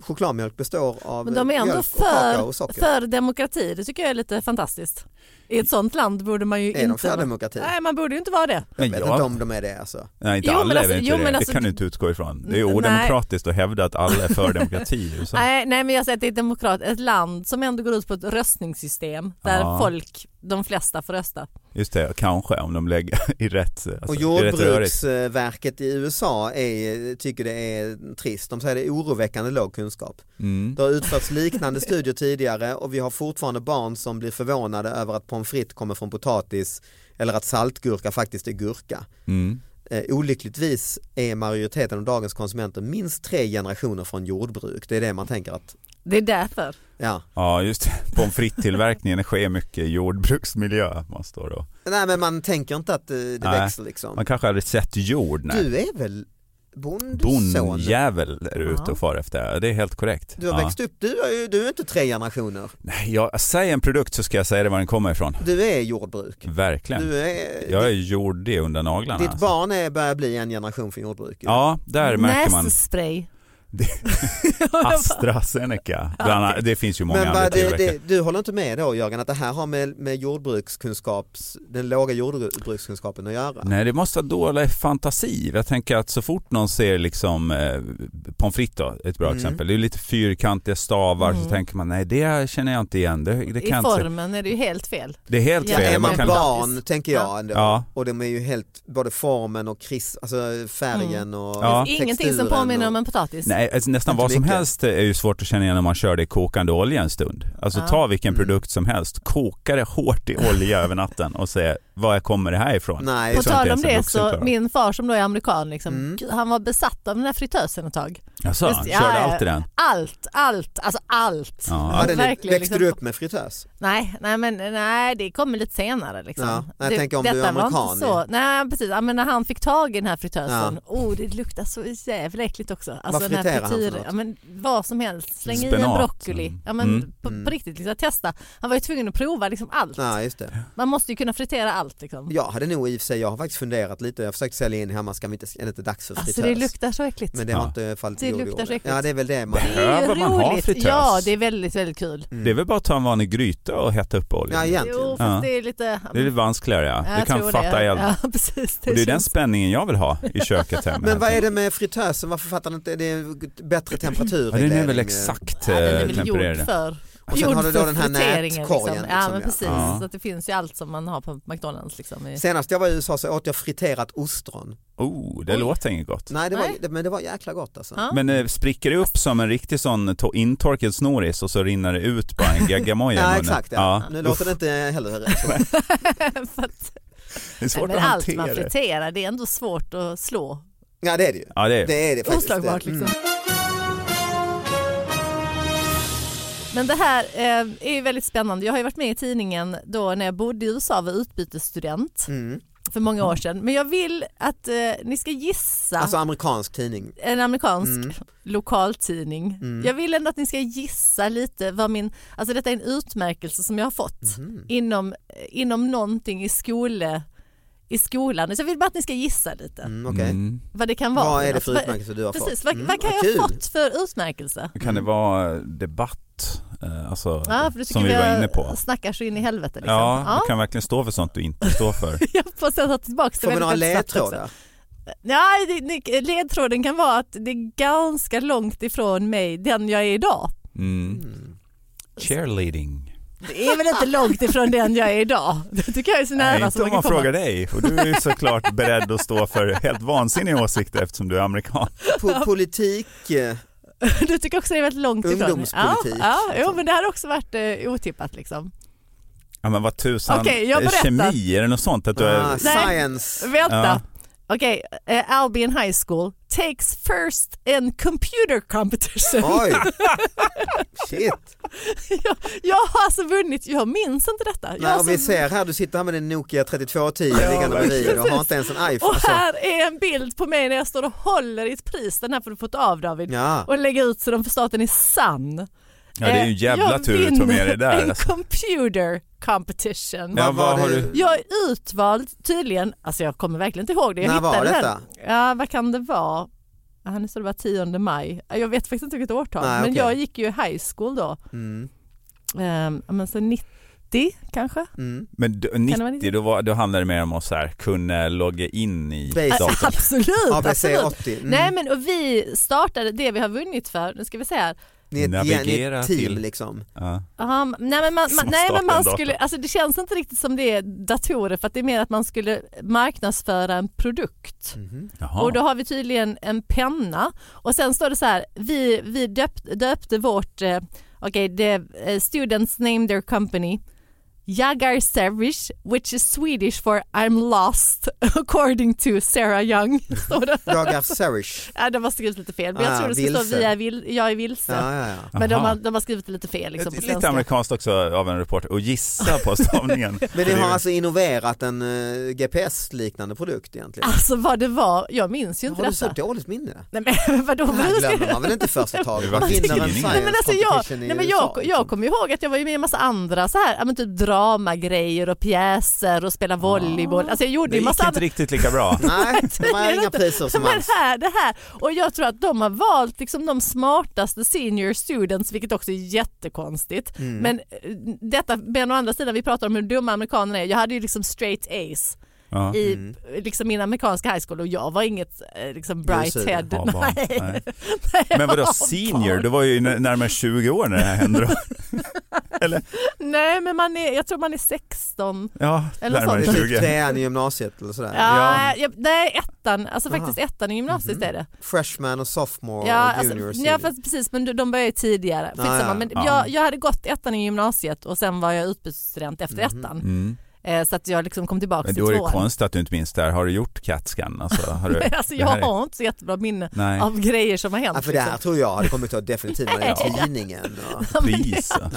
Speaker 1: chokladmjölk består av
Speaker 2: Men de är
Speaker 1: eh,
Speaker 2: ändå
Speaker 1: mjölk och kakao
Speaker 2: för,
Speaker 1: och socker.
Speaker 2: för demokrati. Det tycker jag är lite fantastiskt. I ett sånt land borde man ju
Speaker 1: de
Speaker 2: inte...
Speaker 1: för
Speaker 2: vara-
Speaker 1: demokrati?
Speaker 2: Nej, man borde ju inte vara det.
Speaker 3: Men
Speaker 1: Jag vet
Speaker 3: jag-
Speaker 1: inte om de är det alltså.
Speaker 3: Nej, inte
Speaker 2: Jo, men
Speaker 3: alla
Speaker 2: alltså-
Speaker 3: är väl
Speaker 2: jo,
Speaker 3: inte
Speaker 2: men
Speaker 3: det.
Speaker 2: alltså-
Speaker 3: det kan du inte utgå ifrån. Det är ju
Speaker 2: Nej.
Speaker 3: odemokratiskt att hävda att alla är för demokrati i USA.
Speaker 2: Nej, nej, men jag säger att det är ett demokrat, ett land som ändå går ut på ett röstningssystem där
Speaker 3: Ja.
Speaker 2: folk, de flesta får rösta.
Speaker 3: Just det, kanske om de lägger i rätt... Alltså,
Speaker 1: Och
Speaker 3: i rätt rörigt.
Speaker 1: jordbruksverket i USA är, tycker det är trist. De säger det är oroväckande låg kunskap.
Speaker 3: Mm.
Speaker 1: Det har utförts liknande studier tidigare och vi har fortfarande barn som blir förvånade över att pommes frites kommer från potatis eller att saltgurka faktiskt är gurka.
Speaker 3: Mm.
Speaker 1: Eh, olyckligtvis är majoriteten av dagens konsumenter minst tre generationer från jordbruk. Det är det man tänker att,
Speaker 2: Det är därför.
Speaker 1: ja.
Speaker 3: Ja, just det. Pommes frites-tillverkningen sker mycket i jordbruksmiljö. Man, står och...
Speaker 1: Nej men man tänker inte att eh, det
Speaker 3: Nej.
Speaker 1: växer liksom.
Speaker 3: man kanske aldrig sett jord. Nej.
Speaker 1: Du är väl bondson?
Speaker 3: Bondjävel är du ute och far efter. Det är helt korrekt.
Speaker 1: Du har
Speaker 3: ja.
Speaker 1: växt upp, du är, ju- du är inte tre generationer.
Speaker 3: Nej, jag, säg en produkt så ska jag säga det var den kommer ifrån.
Speaker 1: Du är jordbruk.
Speaker 3: Verkligen.
Speaker 1: Du är,
Speaker 3: Jag är jordig under naglarna.
Speaker 1: ditt
Speaker 3: alltså.
Speaker 1: barn är, börjar bli en generation från jordbruk. ju.
Speaker 3: Ja, där märker man
Speaker 2: Nässpray.
Speaker 3: AstraZeneca. Bland annat, det finns ju många
Speaker 1: Men
Speaker 3: andra
Speaker 1: vad, det,
Speaker 3: tillverkare.
Speaker 1: det, du håller inte med då Jörgen att det här har med, med jordbrukskunskaps, den låga jordbrukskunskapen att göra?
Speaker 3: Nej, det måste vara dålig fantasi. Jag tänker att så fort någon ser liksom eh, pommes frites då, ett
Speaker 2: Mm.
Speaker 3: bra exempel. Det är lite fyrkantiga stavar så tänker man nej det känner jag inte igen. Det, det,
Speaker 2: I
Speaker 3: kan jag inte. se.
Speaker 2: formen är det ju helt fel.
Speaker 3: det är helt
Speaker 2: Ja,
Speaker 3: fel.
Speaker 1: Alltså, är
Speaker 2: man
Speaker 1: man
Speaker 2: kan-
Speaker 1: barn tänker jag
Speaker 2: Ja.
Speaker 1: ändå.
Speaker 3: Ja.
Speaker 1: Och de är ju helt, både formen och kris, alltså färgen och
Speaker 3: Ja.
Speaker 1: texturen.
Speaker 2: Mm. Ingenting som påminner
Speaker 1: och-
Speaker 2: om en potatis.
Speaker 3: Nej, alltså nästan
Speaker 1: Inte
Speaker 3: vad som
Speaker 1: mycket.
Speaker 3: helst är ju svårt att känna igen om man kör det i kokande olja en stund. Alltså ta vilken
Speaker 2: Mm.
Speaker 3: produkt som helst, koka det hårt i olja över natten och se var kommer det här ifrån?
Speaker 1: Nej,
Speaker 2: På
Speaker 3: sånt
Speaker 2: tal
Speaker 3: jag
Speaker 2: om
Speaker 3: som
Speaker 2: det
Speaker 3: vuxen
Speaker 2: så,
Speaker 3: klarar.
Speaker 2: min far som då är amerikan, liksom,
Speaker 1: Mm.
Speaker 2: gud, han var besatt av den här fritösen ett tag.
Speaker 3: Jaså,
Speaker 2: Just-
Speaker 3: körde
Speaker 2: ja, ja.
Speaker 3: alltid den?
Speaker 2: Allt, allt, alltså allt.
Speaker 3: Ja,
Speaker 1: Ja, det, växte
Speaker 2: Verkligen,
Speaker 1: du
Speaker 2: liksom.
Speaker 1: upp med fritös?
Speaker 2: Nej, nej, men, nej, det kommer lite senare. Liksom.
Speaker 1: Ja, jag
Speaker 2: det,
Speaker 1: tänker om du är
Speaker 2: detta var inte
Speaker 1: amerikan,
Speaker 2: Så, nej, precis. Ja, men när han fick tag i den här fritösen, oh, det luktar så jävla äckligt också. Alltså, den här
Speaker 1: friterar han för
Speaker 2: frityr-
Speaker 1: något?
Speaker 2: Ja, men, vad som helst, släng i en
Speaker 3: Spenat.
Speaker 2: broccoli. Ja, men,
Speaker 3: Mm.
Speaker 2: På, på riktigt, liksom, testa. Han var ju tvungen att prova liksom, allt.
Speaker 1: Ja, just det.
Speaker 2: Man måste ju kunna fritera allt. Liksom.
Speaker 1: Jag hade nog i och för sig, jag har faktiskt funderat lite, jag har försökt sälja in hemma, ska vi inte, är det inte dags för fritös?
Speaker 2: Alltså det luktar så äckligt.
Speaker 1: Men det har
Speaker 3: Ja.
Speaker 1: inte fallit
Speaker 2: Det
Speaker 1: i god
Speaker 2: luktar
Speaker 1: jord.
Speaker 2: så äckligt.
Speaker 1: Ja det är väl det man
Speaker 2: Det är ju
Speaker 3: Behöver man ha
Speaker 2: roligt.
Speaker 3: fritös?
Speaker 2: Ja, det är väldigt, väldigt kul.
Speaker 3: Det är väl bara att ta en vanlig gryta och hetta upp
Speaker 1: Ja
Speaker 3: oljan.
Speaker 1: egentligen.
Speaker 2: Jo, fast
Speaker 3: Ja.
Speaker 2: det är lite...
Speaker 3: det är lite vanskligare ja.
Speaker 2: Ja,
Speaker 3: du
Speaker 2: jag
Speaker 3: kan
Speaker 2: tror
Speaker 3: fatta
Speaker 2: det.
Speaker 3: eld.
Speaker 2: Ja, precis. Det,
Speaker 3: Och det är den
Speaker 2: känns...
Speaker 3: spänningen jag vill ha i köket hemma.
Speaker 1: Men vad är det med fritösen, varför fattar ni inte, det är bättre temperatur.
Speaker 3: Ja, den är väl exakt
Speaker 2: Ja, den är
Speaker 3: eh,
Speaker 2: väl gjord
Speaker 3: tempererad.
Speaker 2: för...
Speaker 1: Och sen
Speaker 2: gjord
Speaker 1: har du då
Speaker 2: för
Speaker 1: den här
Speaker 2: friteringen,
Speaker 1: nätkorgen,
Speaker 2: Liksom. Ja,
Speaker 1: liksom,
Speaker 2: men
Speaker 1: ja.
Speaker 2: precis.
Speaker 3: Ja.
Speaker 2: Så att det finns ju allt som man har på McDonalds. Liksom. i-
Speaker 1: Senast jag var i USA så åt jag friterat ostron.
Speaker 3: Oh, det
Speaker 2: Oj.
Speaker 3: låter inget gott.
Speaker 1: Nej, det var,
Speaker 2: Nej.
Speaker 1: det- men det var jäkla gott alltså.
Speaker 2: Ja.
Speaker 3: Men eh, spricker det upp som en riktig sån to- intorkad snoris och så rinner det ut bara en gaggamoja i
Speaker 1: Ja
Speaker 3: munnen?
Speaker 1: exakt, ja. nu låter det inte heller så.
Speaker 2: För att,
Speaker 3: Det är svårt
Speaker 2: men
Speaker 3: att
Speaker 2: allt man
Speaker 3: hantera.
Speaker 2: friterar, det är ändå svårt att slå.
Speaker 1: Ja det är det ju.
Speaker 3: Ja, det är det.
Speaker 1: det, är det faktiskt.
Speaker 2: Oslagbart
Speaker 1: Mm.
Speaker 2: liksom. Men det här eh,
Speaker 1: Mm.
Speaker 2: är ju väldigt spännande. Jag har ju varit med i tidningen då när jag bodde i USA och var utbytesstudent. för många år sedan. Men jag vill att eh, ni ska gissa.
Speaker 1: Alltså amerikansk tidning.
Speaker 2: en amerikansk
Speaker 1: Mm.
Speaker 2: lokaltidning.
Speaker 1: Mm.
Speaker 2: Jag vill ändå att ni ska gissa lite vad min, alltså detta är en utmärkelse som jag har fått
Speaker 1: Mhm.
Speaker 2: inom, inom någonting i skole, i skolan. Så jag vill bara att ni ska gissa lite
Speaker 1: Mm, okej.
Speaker 2: vad det kan vara.
Speaker 1: Vad är det
Speaker 2: något.
Speaker 1: för utmärkelse du har
Speaker 2: Precis,
Speaker 1: fått?
Speaker 2: vad,
Speaker 1: Mm,
Speaker 2: vad kan
Speaker 1: vad
Speaker 2: jag
Speaker 1: kul.
Speaker 2: ha fått för utmärkelse?
Speaker 3: Kan det vara debatt? eh, Alltså,
Speaker 2: Mm. Ja, för du tycker
Speaker 3: som vi var inne på.
Speaker 2: jag snackar så in i helvete. Liksom.
Speaker 3: Ja,
Speaker 2: Ja,
Speaker 3: du kan verkligen stå för sånt du inte står för.
Speaker 2: Jag får sen ta tillbaka det
Speaker 1: Får vi några
Speaker 2: väldigt, väldigt snabbt också.
Speaker 1: ledtrådar?
Speaker 2: Nej, det, det, ledtråden kan vara att det är ganska långt ifrån mig, den jag är idag.
Speaker 3: Mm. Cheerleading.
Speaker 2: Det är väl inte långt ifrån den jag är idag. Det tycker jag är så nära
Speaker 3: Nej,
Speaker 2: som
Speaker 3: inte
Speaker 2: alltså,
Speaker 3: om
Speaker 2: kan
Speaker 3: man
Speaker 2: komma.
Speaker 3: frågar dig. Och du är ju såklart beredd att stå för helt vansinniga åsikter eftersom du är amerikan.
Speaker 1: Po- politik? eh,
Speaker 2: Du tycker också det är väldigt långt ifrån.
Speaker 1: Ungdomspolitik.
Speaker 2: Ja, ja jo,
Speaker 3: liksom.
Speaker 2: men det här har också varit eh, otippat liksom.
Speaker 3: Ja men vad tusan,
Speaker 2: Okej, jag
Speaker 3: Eh,
Speaker 2: berättar.
Speaker 3: kemi, är det något sånt? Att du är...
Speaker 1: Ah,
Speaker 2: Nej.
Speaker 1: science?
Speaker 2: Vänta.
Speaker 3: Ja.
Speaker 2: Okej, eh, Albion High School takes first in computer competition.
Speaker 1: Oj! Shit!
Speaker 2: jag, jag har alltså vunnit, jag minns inte detta. Jag har
Speaker 1: Nej, och vi
Speaker 2: alltså-
Speaker 1: ser här, du sitter här med din Nokia 3210 liggande bredvid och har inte ens en iPhone.
Speaker 2: Och
Speaker 3: alltså.
Speaker 1: Så.
Speaker 2: här är en bild på mig när jag står och håller i ett pris. Den här får du fått av David.
Speaker 1: Ja.
Speaker 2: Och lägga ut så de förstår att den är sann.
Speaker 3: Ja det är ju en
Speaker 2: Eh,
Speaker 3: jävla
Speaker 2: jag
Speaker 3: tur du tog med dig
Speaker 2: vinner
Speaker 3: där.
Speaker 2: En
Speaker 3: Alltså.
Speaker 2: computer competition.
Speaker 3: Ja,
Speaker 1: Vad var
Speaker 3: vad har
Speaker 1: det?
Speaker 3: du...
Speaker 2: Jag är utvald tydligen, alltså jag kommer verkligen inte ihåg det. Jag
Speaker 1: När var
Speaker 2: hittade den.
Speaker 1: detta?
Speaker 2: Ja, vad kan det vara? Ja, nu står det bara 10 maj. Ja, Jag vet faktiskt inte vilket årtal,
Speaker 1: Nej,
Speaker 2: men
Speaker 1: okej.
Speaker 2: jag gick ju i high school då.
Speaker 1: Mm.
Speaker 2: Ehm, ja, men så 90 kanske?
Speaker 1: Mm.
Speaker 3: Men du-
Speaker 2: vara lite-
Speaker 3: 90, då, var, då handlade det mer om att så här, kunna logga in i
Speaker 1: Basic.
Speaker 3: datorn.
Speaker 2: Absolut,
Speaker 1: ABC
Speaker 2: absolut.
Speaker 1: 80. Mm.
Speaker 2: Nej men och vi startade det vi har vunnit för, nu ska vi se här.
Speaker 1: Ni är ett, gäng, ni är
Speaker 3: Navigera
Speaker 1: ett team
Speaker 3: till-
Speaker 1: liksom.
Speaker 3: Ja.
Speaker 2: Um, nej men man, man,
Speaker 3: Som
Speaker 2: nej, men man
Speaker 3: starten
Speaker 2: skulle,
Speaker 3: dator.
Speaker 2: alltså det känns inte riktigt som det är datorer för att det är mer att man skulle marknadsföra en produkt.
Speaker 3: Jaha.
Speaker 2: Och då har liksom vi tydligen en penna och sen står det så här, vi, vi döpt, döpte vårt, eh, okej, okay, students name their company Jagar Servish, which is Swedish for I'm lost according to Sarah Young. Står det.
Speaker 1: Jagar Serish.
Speaker 2: Ja, de har skrivit lite fel, men jag
Speaker 1: Ah,
Speaker 2: tror det ska stå
Speaker 1: vilse.
Speaker 2: vi är vil, jag är vilse.
Speaker 1: Ja, ja, ja.
Speaker 2: Men de
Speaker 3: Aha.
Speaker 2: har, de har skrivit det lite fel liksom, på
Speaker 3: Lite
Speaker 2: svenska.
Speaker 3: amerikanskt också av en reporter, och gissa på stavningen.
Speaker 1: Men ni
Speaker 3: Det är
Speaker 1: har
Speaker 3: ju-
Speaker 1: alltså innoverat en eh, GPS-liknande produkt egentligen?
Speaker 2: Alltså vad det var, jag minns ju inte
Speaker 1: Har du så
Speaker 2: detta.
Speaker 1: dåligt minne?
Speaker 2: Nej men vadå?
Speaker 1: Det här glömmer man väl inte första taget? Man
Speaker 3: Man
Speaker 1: vinner en
Speaker 3: tycker-
Speaker 1: science
Speaker 3: Nej,
Speaker 2: Nej, men alltså jag,
Speaker 1: competition i
Speaker 2: nej, men
Speaker 1: USA, liksom.
Speaker 2: jag, jag kommer ihåg att jag var ju med i en massa andra så här, ja, men typ dramagrejer och pjäser och spela volleyboll. Alltså jag gjorde
Speaker 3: Ah. Det
Speaker 2: ju
Speaker 3: gick
Speaker 2: massa
Speaker 3: inte riktigt lika bra.
Speaker 1: Nej, det var
Speaker 2: tydligen
Speaker 1: inga
Speaker 2: inte.
Speaker 1: priser som
Speaker 2: men
Speaker 1: alls.
Speaker 2: här, det här. Och jag tror att de har valt liksom de smartaste senior students, vilket också är jättekonstigt.
Speaker 3: Mm.
Speaker 2: Men eh, detta, men å andra sidan, vi pratar om hur dumma amerikanerna är. Jag hade ju liksom straight A's
Speaker 3: Ja.
Speaker 2: i liksom min amerikanska high school och jag var inget eh, liksom bright
Speaker 1: Ljusögon.
Speaker 2: head.
Speaker 3: Ja, barn.
Speaker 2: Nej.
Speaker 3: Nej.
Speaker 2: Nej, jag
Speaker 3: Men vadå
Speaker 2: var
Speaker 3: senior?
Speaker 2: barn.
Speaker 3: Du var ju nä- närmare 20 år när det här hände. då.
Speaker 2: Nej men man är, jag tror man är 16.
Speaker 3: Ja,
Speaker 2: Eller
Speaker 3: närmare
Speaker 1: Det är
Speaker 2: sånt.
Speaker 3: 20.
Speaker 1: typ trean i gymnasiet eller sådär.
Speaker 2: Ja, jag, nej ettan, alltså
Speaker 1: Aha.
Speaker 2: faktiskt ettan i gymnasiet
Speaker 1: Mhm.
Speaker 2: är det.
Speaker 1: Freshman och sophomore
Speaker 2: Ja,
Speaker 1: och
Speaker 2: alltså,
Speaker 1: junior. och
Speaker 2: ja
Speaker 1: senior.
Speaker 2: fast precis men de- de börjar ju tidigare. Skitsamma,
Speaker 1: ja.
Speaker 2: Men
Speaker 3: Ja.
Speaker 2: jag, jag hade gått ettan i gymnasiet och sen var jag utbytesstudent efter
Speaker 1: Mhm.
Speaker 2: ettan.
Speaker 3: Mm.
Speaker 2: Eh, så att jag liksom kom tillbaka
Speaker 3: Men
Speaker 2: till
Speaker 3: då är det
Speaker 2: tvåan.
Speaker 3: konstigt att du inte minns det här. Har du gjort CAT-scan? Alltså, har du...
Speaker 2: alltså,
Speaker 3: det
Speaker 2: jag
Speaker 3: här är-
Speaker 2: har inte så jättebra minne
Speaker 3: Nej.
Speaker 2: av grejer som har hänt.
Speaker 1: ja, för det här
Speaker 2: liksom.
Speaker 1: tror jag hade kommit att definitivt med i tidningen. Och,
Speaker 3: Pris.
Speaker 1: ja.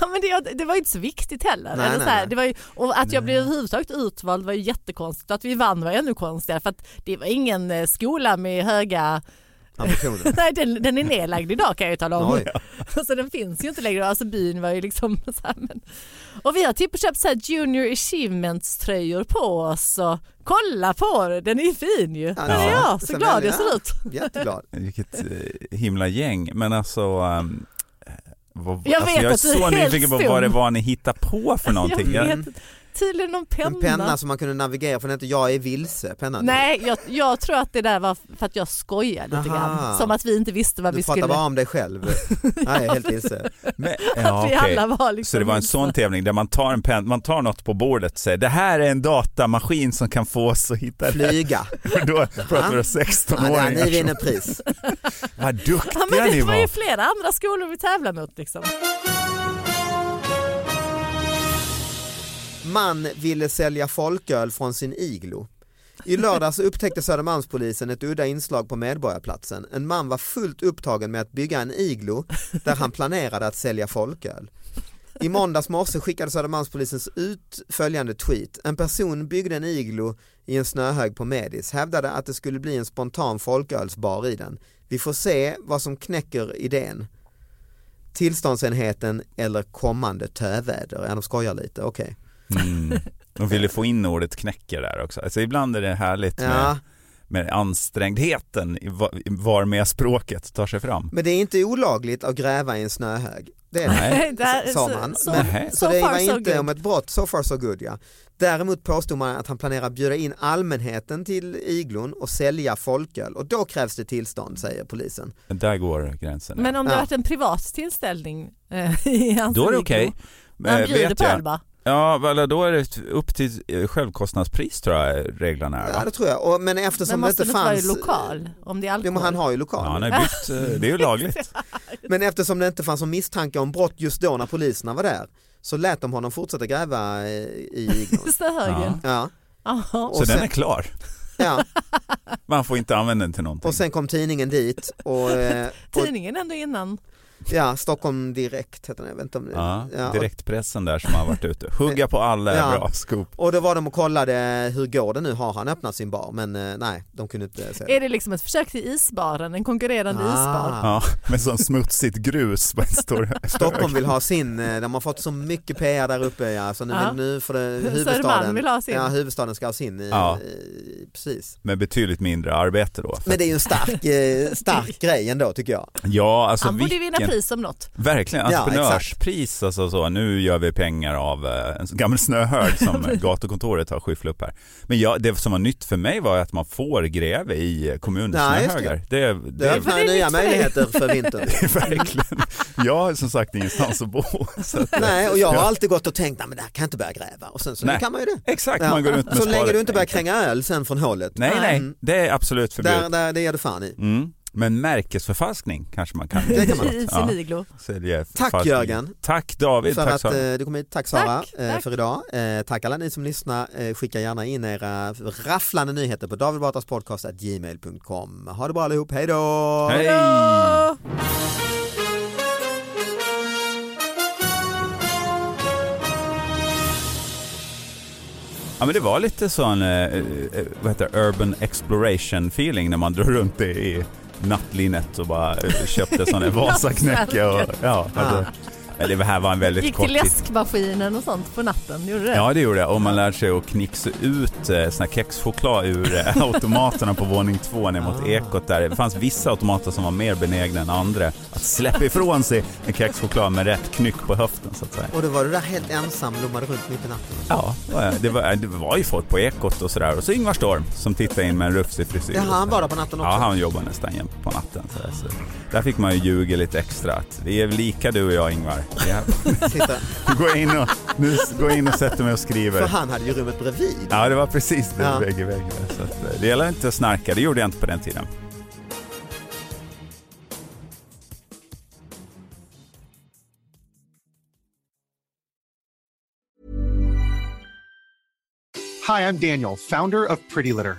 Speaker 2: ja, men det, det var ju inte så viktigt heller.
Speaker 1: Nej,
Speaker 2: Eller
Speaker 1: nej,
Speaker 2: så här,
Speaker 1: nej.
Speaker 2: det var ju, och att jag blev överhuvudtaget utvald var ju jättekonstigt och att vi vann var ännu konstigare för att det var ingen eh, skola med höga
Speaker 1: Ambitioner.
Speaker 2: Nej, den, den är nedlagd idag kan jag ju tala om.
Speaker 1: Oj.
Speaker 2: Så den finns ju inte längre. Alltså byn var ju liksom så här, men... Och vi har typ köpt så här junior achievements tröjor på oss och kolla på den, den är ju fin ju.
Speaker 1: Ja,
Speaker 2: Där är
Speaker 1: ja.
Speaker 2: jag, så
Speaker 1: Sen
Speaker 2: glad
Speaker 1: är
Speaker 2: jag
Speaker 1: det-
Speaker 2: ser ut.
Speaker 1: Jätteglad.
Speaker 3: Vilket eh, himla gäng. Men alltså, ehm, vad,
Speaker 2: Jag
Speaker 3: alltså
Speaker 2: vet
Speaker 3: jag är
Speaker 2: att du är
Speaker 3: så
Speaker 2: helt
Speaker 3: nyfiken på vad det
Speaker 2: stum.
Speaker 3: var ni hittade på för någonting.
Speaker 2: Jag
Speaker 3: Jag,
Speaker 2: vet, tydligen någon penna.
Speaker 1: En penna som man kunde navigera från, inte jag är vilse, pennan.
Speaker 2: Nej, jag, jag tror att det där var för att jag skojade lite
Speaker 1: Aha.
Speaker 2: grann. Som att vi inte visste vad
Speaker 1: Du
Speaker 2: vi
Speaker 1: pratar
Speaker 2: skulle...
Speaker 1: bara om dig själv. Nej, jag är helt vilse.
Speaker 3: men, ja,
Speaker 2: att vi
Speaker 3: okej.
Speaker 2: alla var liksom
Speaker 3: Så det var en sån tävling där man tar, en pen, man tar något på bordet och säger det här är en datamaskin som kan få oss att hitta det.
Speaker 1: Flyga.
Speaker 3: Och Då pratar vi om
Speaker 1: Ja, där, ni
Speaker 3: 16-åringar.
Speaker 1: vinner
Speaker 3: som-
Speaker 1: pris.
Speaker 3: Vad duktiga
Speaker 2: Ja, men
Speaker 3: ni
Speaker 2: det var ju
Speaker 3: var.
Speaker 2: flera andra skolor vi tävlade mot liksom.
Speaker 1: Man ville sälja folköl från sin iglo. I lördags upptäckte Södermalmspolisen ett udda inslag på Medborgarplatsen. En man var fullt upptagen med att bygga en iglo där han planerade att sälja folköl. I måndags morse skickade Södermalmspolisens ut följande tweet. En person byggde en iglo i en snöhög på Medis hävdade att det skulle bli en spontan folkölsbar i den. Vi får se vad som knäcker idén. Tillståndsenheten eller kommande töväder. Ja, de skojar lite, okej.
Speaker 3: Mm. De ville få in ordet knäcker där också. Alltså ibland är det härligt med,
Speaker 1: Ja.
Speaker 3: med ansträngdheten i va- varmed språket tar sig fram.
Speaker 1: Men det är inte olagligt att gräva i en snöhög. Det är det.
Speaker 3: Nej.
Speaker 2: Där-
Speaker 1: sa
Speaker 2: så-
Speaker 1: man.
Speaker 2: så-
Speaker 1: Men,
Speaker 2: so
Speaker 1: så det
Speaker 2: far,
Speaker 1: var
Speaker 2: so
Speaker 1: inte
Speaker 2: good.
Speaker 1: om ett brott, so far so good ja. Däremot påstod man att han planerar bjuda in allmänheten till iglon och sälja folköl och då krävs det tillstånd säger polisen.
Speaker 3: Där går gränsen.
Speaker 2: Men om det
Speaker 1: Ja.
Speaker 2: varit en privat tillställning eh, i hans
Speaker 3: Då är det
Speaker 2: iglo,
Speaker 3: okej.
Speaker 2: Han
Speaker 3: Eh,
Speaker 2: bjuder
Speaker 3: vet
Speaker 2: på
Speaker 3: jag.
Speaker 2: öl va?
Speaker 3: Ja, väl, då är det upp till eh, självkostnadspris tror jag reglerna är.
Speaker 1: Ja
Speaker 3: Va?
Speaker 1: det tror jag, och, men
Speaker 2: Men
Speaker 1: eftersom det inte
Speaker 2: måste det inte vara i
Speaker 1: fanns... eh,
Speaker 2: lokal? Om det är
Speaker 1: Jo,
Speaker 2: alkohol?
Speaker 1: men han har ju
Speaker 3: Ja,
Speaker 1: lokal.
Speaker 3: han har byggt, eh, det är ju lagligt.
Speaker 1: Men eftersom det inte fanns någon misstanke om brott just då när poliserna var där så lät de honom fortsätta gräva eh, i iglon.
Speaker 2: Snöhögen?
Speaker 1: Ja.
Speaker 2: Jaha.
Speaker 3: Så
Speaker 1: Och
Speaker 3: den
Speaker 1: sen-
Speaker 3: är klar.
Speaker 1: ja,
Speaker 3: Man får inte använda den till någonting.
Speaker 1: och sen kom tidningen dit och, eh, och
Speaker 2: Tidningen ändå innan.
Speaker 1: ja, Stockholm Direkt heter den, jag vet inte om det.
Speaker 3: Ja,
Speaker 1: Ja, och-
Speaker 3: direktpressen där som har varit ute. Hugga på alla är
Speaker 1: Ja.
Speaker 3: bra scoop.
Speaker 1: Och då var de och kollade hur går det nu, har han öppnat sin bar? Men eh, nej, de kunde inte se det.
Speaker 2: Är det liksom ett försök till isbaren, en konkurrerande
Speaker 1: Ah.
Speaker 2: isbar?
Speaker 3: Ja, med sån smutsigt grus på en stor
Speaker 1: Stockholm vill ha sin, eh, de har fått så mycket PR där uppe ja, så nu,
Speaker 2: Ja.
Speaker 1: nu får det,
Speaker 2: Södermalm
Speaker 1: huvudstaden,
Speaker 2: vill ha sin.
Speaker 1: Ja, huvudstaden ska ha sin. i-
Speaker 3: Ja.
Speaker 1: i- precis.
Speaker 3: Med betydligt mindre arbete då.
Speaker 1: Men det är ju en stark, eh, stark grej ändå tycker jag.
Speaker 3: Ja, alltså
Speaker 2: han borde ju vinna
Speaker 3: vilken-
Speaker 2: pris om något.
Speaker 3: Verkligen,
Speaker 1: Ja,
Speaker 3: entreprenörspris alltså så. Nu gör vi pengar av eh, en gammal snöhög som gatukontoret har skyfflat upp här. Men ja, det som var nytt för mig var att man får gräva i eh, kommunens
Speaker 1: Ja, just det.
Speaker 3: snöhögar. Det, det,
Speaker 1: Det öppnar
Speaker 2: det är
Speaker 1: nya
Speaker 2: nytt för dig.
Speaker 1: möjligheter för vintern.
Speaker 3: det är verkligen. Jag har som sagt ingenstans att bo. Så att, eh,
Speaker 1: Nej, och jag har alltid gått och tänkt, nej men det här kan jag inte börja gräva. Och sen så nu
Speaker 3: Nej.
Speaker 1: kan man ju det.
Speaker 3: Exakt,
Speaker 1: Ja.
Speaker 3: man går runt med
Speaker 1: Så länge
Speaker 3: sparet.
Speaker 1: du inte börjar kränga öl sen från hålet.
Speaker 3: Nej, nej, det är absolut
Speaker 1: Där,
Speaker 3: förbjudet.
Speaker 1: där, det ger du fan i.
Speaker 3: Mm. Men märkesförfalskning kanske man kan.
Speaker 1: Det kan man.
Speaker 2: I
Speaker 3: Ja.
Speaker 2: sin iglo.
Speaker 3: Sälja
Speaker 1: Tack,
Speaker 3: förfalskning.
Speaker 1: Jörgen.
Speaker 3: Tack David.
Speaker 1: för
Speaker 3: tack
Speaker 1: att
Speaker 3: Sara.
Speaker 1: eh, du kom hit. Tack Sara
Speaker 2: Tack,
Speaker 1: eh,
Speaker 2: tack.
Speaker 1: för idag. Eh, Tack alla ni som lyssnar. Eh, Skicka gärna in era rafflande nyheter på davidbatraspodcast.gmail.com. Ha det bra allihop, hej då!
Speaker 3: Hej! Ja men det var lite sån, eh, eh, vad heter det, urban exploration feeling när man drar runt i, i nattlinnet och bara eh, köpte sån här Vasaknäcke och ja. Hade, men det här var en väldigt
Speaker 2: Gick
Speaker 3: kort
Speaker 2: till läskmaskinen och sånt på natten, gjorde du det?
Speaker 3: Ja det gjorde jag och man lär sig att knixa ut eh, sån här kexchoklad ur eh, automaterna på våning två ner mot ekot där. Det fanns vissa automater som var mer benägna än andra att släppa ifrån sig en kexchoklad med rätt knyck på höften så att säga.
Speaker 1: Och då var du där helt ensam, lommade runt mitt i natten.
Speaker 3: Ja, det var, det var ju folk på Ekot och sådär. Och så Ingvar Storm som tittade in med en rufsig frisyr.
Speaker 1: Jaha, han var där på natten också?
Speaker 3: Ja, han jobbar nästan jämt på natten. Så där, så där fick man ju ljuga lite extra. Att vi är lika du och jag Ingvar. Vi är-
Speaker 1: Titta.
Speaker 3: Nu går jag in och, nu går jag in och sätter mig och
Speaker 1: För
Speaker 3: skriver.
Speaker 1: han hade ju rummet bredvid.
Speaker 3: Ja, det var precis det.
Speaker 1: Ja.
Speaker 3: Vägg i vägg. där, Så att, eh, det gäller inte att snarka, det gjorde jag inte på den tiden.
Speaker 5: Hi, I'm Daniel, founder of Pretty Litter.